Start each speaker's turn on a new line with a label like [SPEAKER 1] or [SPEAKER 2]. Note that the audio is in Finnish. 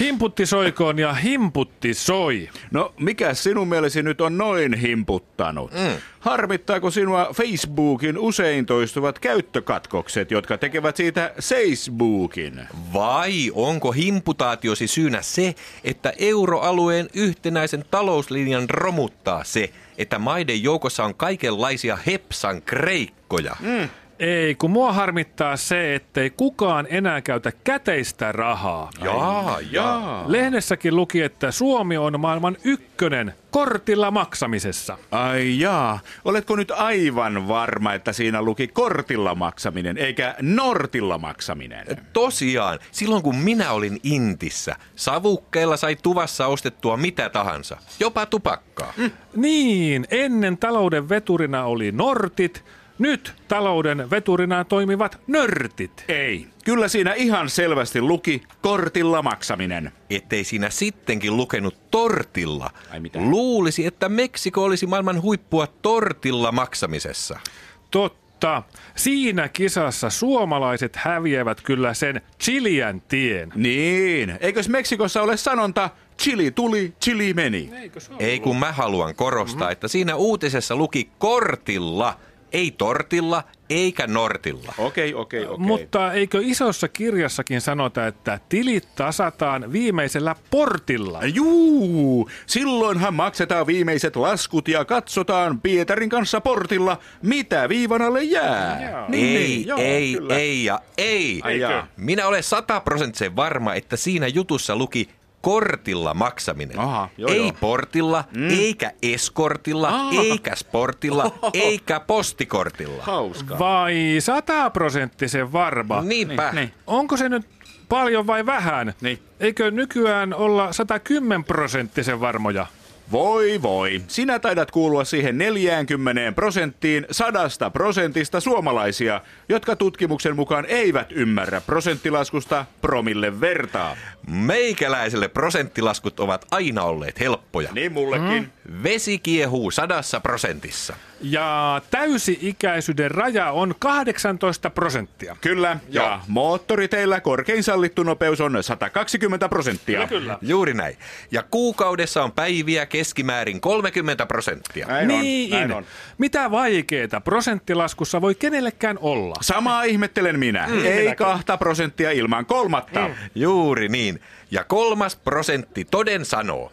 [SPEAKER 1] Himputti soikoon ja himputti soi.
[SPEAKER 2] No, mikä sinun mielesi nyt on noin himputtanut? Mm. Harmittaako sinua Facebookin usein toistuvat käyttökatkokset, jotka tekevät siitä Facebookin?
[SPEAKER 3] Vai onko himputaatiosi syynä se, että euroalueen yhtenäisen talouslinjan romuttaa se, että maiden joukossa on kaikenlaisia hepsan kreikkoja? Mm.
[SPEAKER 1] Ei, kun mua harmittaa se, ettei kukaan enää käytä käteistä rahaa.
[SPEAKER 3] Jaa, jaa.
[SPEAKER 1] Lehdessäkin luki, että Suomi on maailman ykkönen kortilla maksamisessa.
[SPEAKER 2] Ai jaa, oletko nyt aivan varma, että siinä luki kortilla maksaminen eikä nortilla maksaminen?
[SPEAKER 3] Tosiaan, silloin kun minä olin Intissä, savukkeilla sai tuvassa ostettua mitä tahansa, jopa tupakkaa. Mm.
[SPEAKER 1] Niin, ennen talouden veturina oli nortit, nyt talouden veturina toimivat nörtit.
[SPEAKER 2] Ei. Kyllä siinä ihan selvästi luki kortilla maksaminen.
[SPEAKER 3] Ettei siinä sittenkin lukenut tortilla.
[SPEAKER 2] Ai mitä?
[SPEAKER 3] Luulisi, että Meksiko olisi maailman huippua tortilla maksamisessa.
[SPEAKER 1] Totta. Siinä kisassa suomalaiset häviävät kyllä sen Chilian tien.
[SPEAKER 2] Niin, eikös Meksikossa ole sanonta chili tuli, chili meni?
[SPEAKER 3] Niin.
[SPEAKER 1] Eikö se
[SPEAKER 3] Ei kun mä haluan korostaa, mm-hmm. että siinä uutisessa luki kortilla, ei tortilla eikä nortilla.
[SPEAKER 2] Okei, okei, okei.
[SPEAKER 1] Mutta eikö isossa kirjassakin sanota, että tilit tasataan viimeisellä portilla?
[SPEAKER 2] Juu, silloinhan maksetaan viimeiset laskut ja katsotaan Pietarin kanssa portilla, mitä viivan alle jää. Niin,
[SPEAKER 1] Joo.
[SPEAKER 3] ei,
[SPEAKER 2] joo,
[SPEAKER 3] ei,
[SPEAKER 2] kyllä.
[SPEAKER 3] ei ja ei.
[SPEAKER 2] Ai jaa.
[SPEAKER 3] Minä olen sataprosenttisen varma, että siinä jutussa luki kortilla maksaminen.
[SPEAKER 2] Aha, joo,
[SPEAKER 3] ei
[SPEAKER 2] joo. Ah.
[SPEAKER 3] portilla, mm. eikä eskortilla,
[SPEAKER 2] Aa.
[SPEAKER 3] eikä sportilla, eikä postikortilla.
[SPEAKER 2] Hauskaa.
[SPEAKER 1] Vai sataprosenttisen varma?
[SPEAKER 3] Niinpä.
[SPEAKER 2] niin.
[SPEAKER 1] Onko se nyt paljon vai vähän?
[SPEAKER 2] Niin.
[SPEAKER 1] Eikö nykyään olla 110 prosenttisen varmoja?
[SPEAKER 2] Voi voi, sinä taidat kuulua siihen 40 prosenttiin sadasta prosentista suomalaisia, jotka tutkimuksen mukaan eivät ymmärrä prosenttilaskusta promille vertaa.
[SPEAKER 3] Meikäläiselle prosenttilaskut ovat aina olleet helppoja.
[SPEAKER 2] Niin mullekin. Mm.
[SPEAKER 3] Vesi kiehuu sadassa prosentissa.
[SPEAKER 1] Ja täysi-ikäisyyden raja on 18 prosenttia.
[SPEAKER 2] Kyllä, ja
[SPEAKER 3] Joo.
[SPEAKER 2] moottoriteillä korkein sallittu nopeus on 120 prosenttia.
[SPEAKER 3] Juuri näin. Ja kuukaudessa on päiviä keskimäärin 30 prosenttia.
[SPEAKER 2] Näin
[SPEAKER 1] niin.
[SPEAKER 2] on, näin on.
[SPEAKER 1] Mitä vaikeeta prosenttilaskussa voi kenellekään olla?
[SPEAKER 2] Samaa ihmettelen minä. Mm, Ei kahta prosenttia ilman kolmatta. Mm.
[SPEAKER 3] Juuri niin. Ja kolmas prosentti toden sanoo.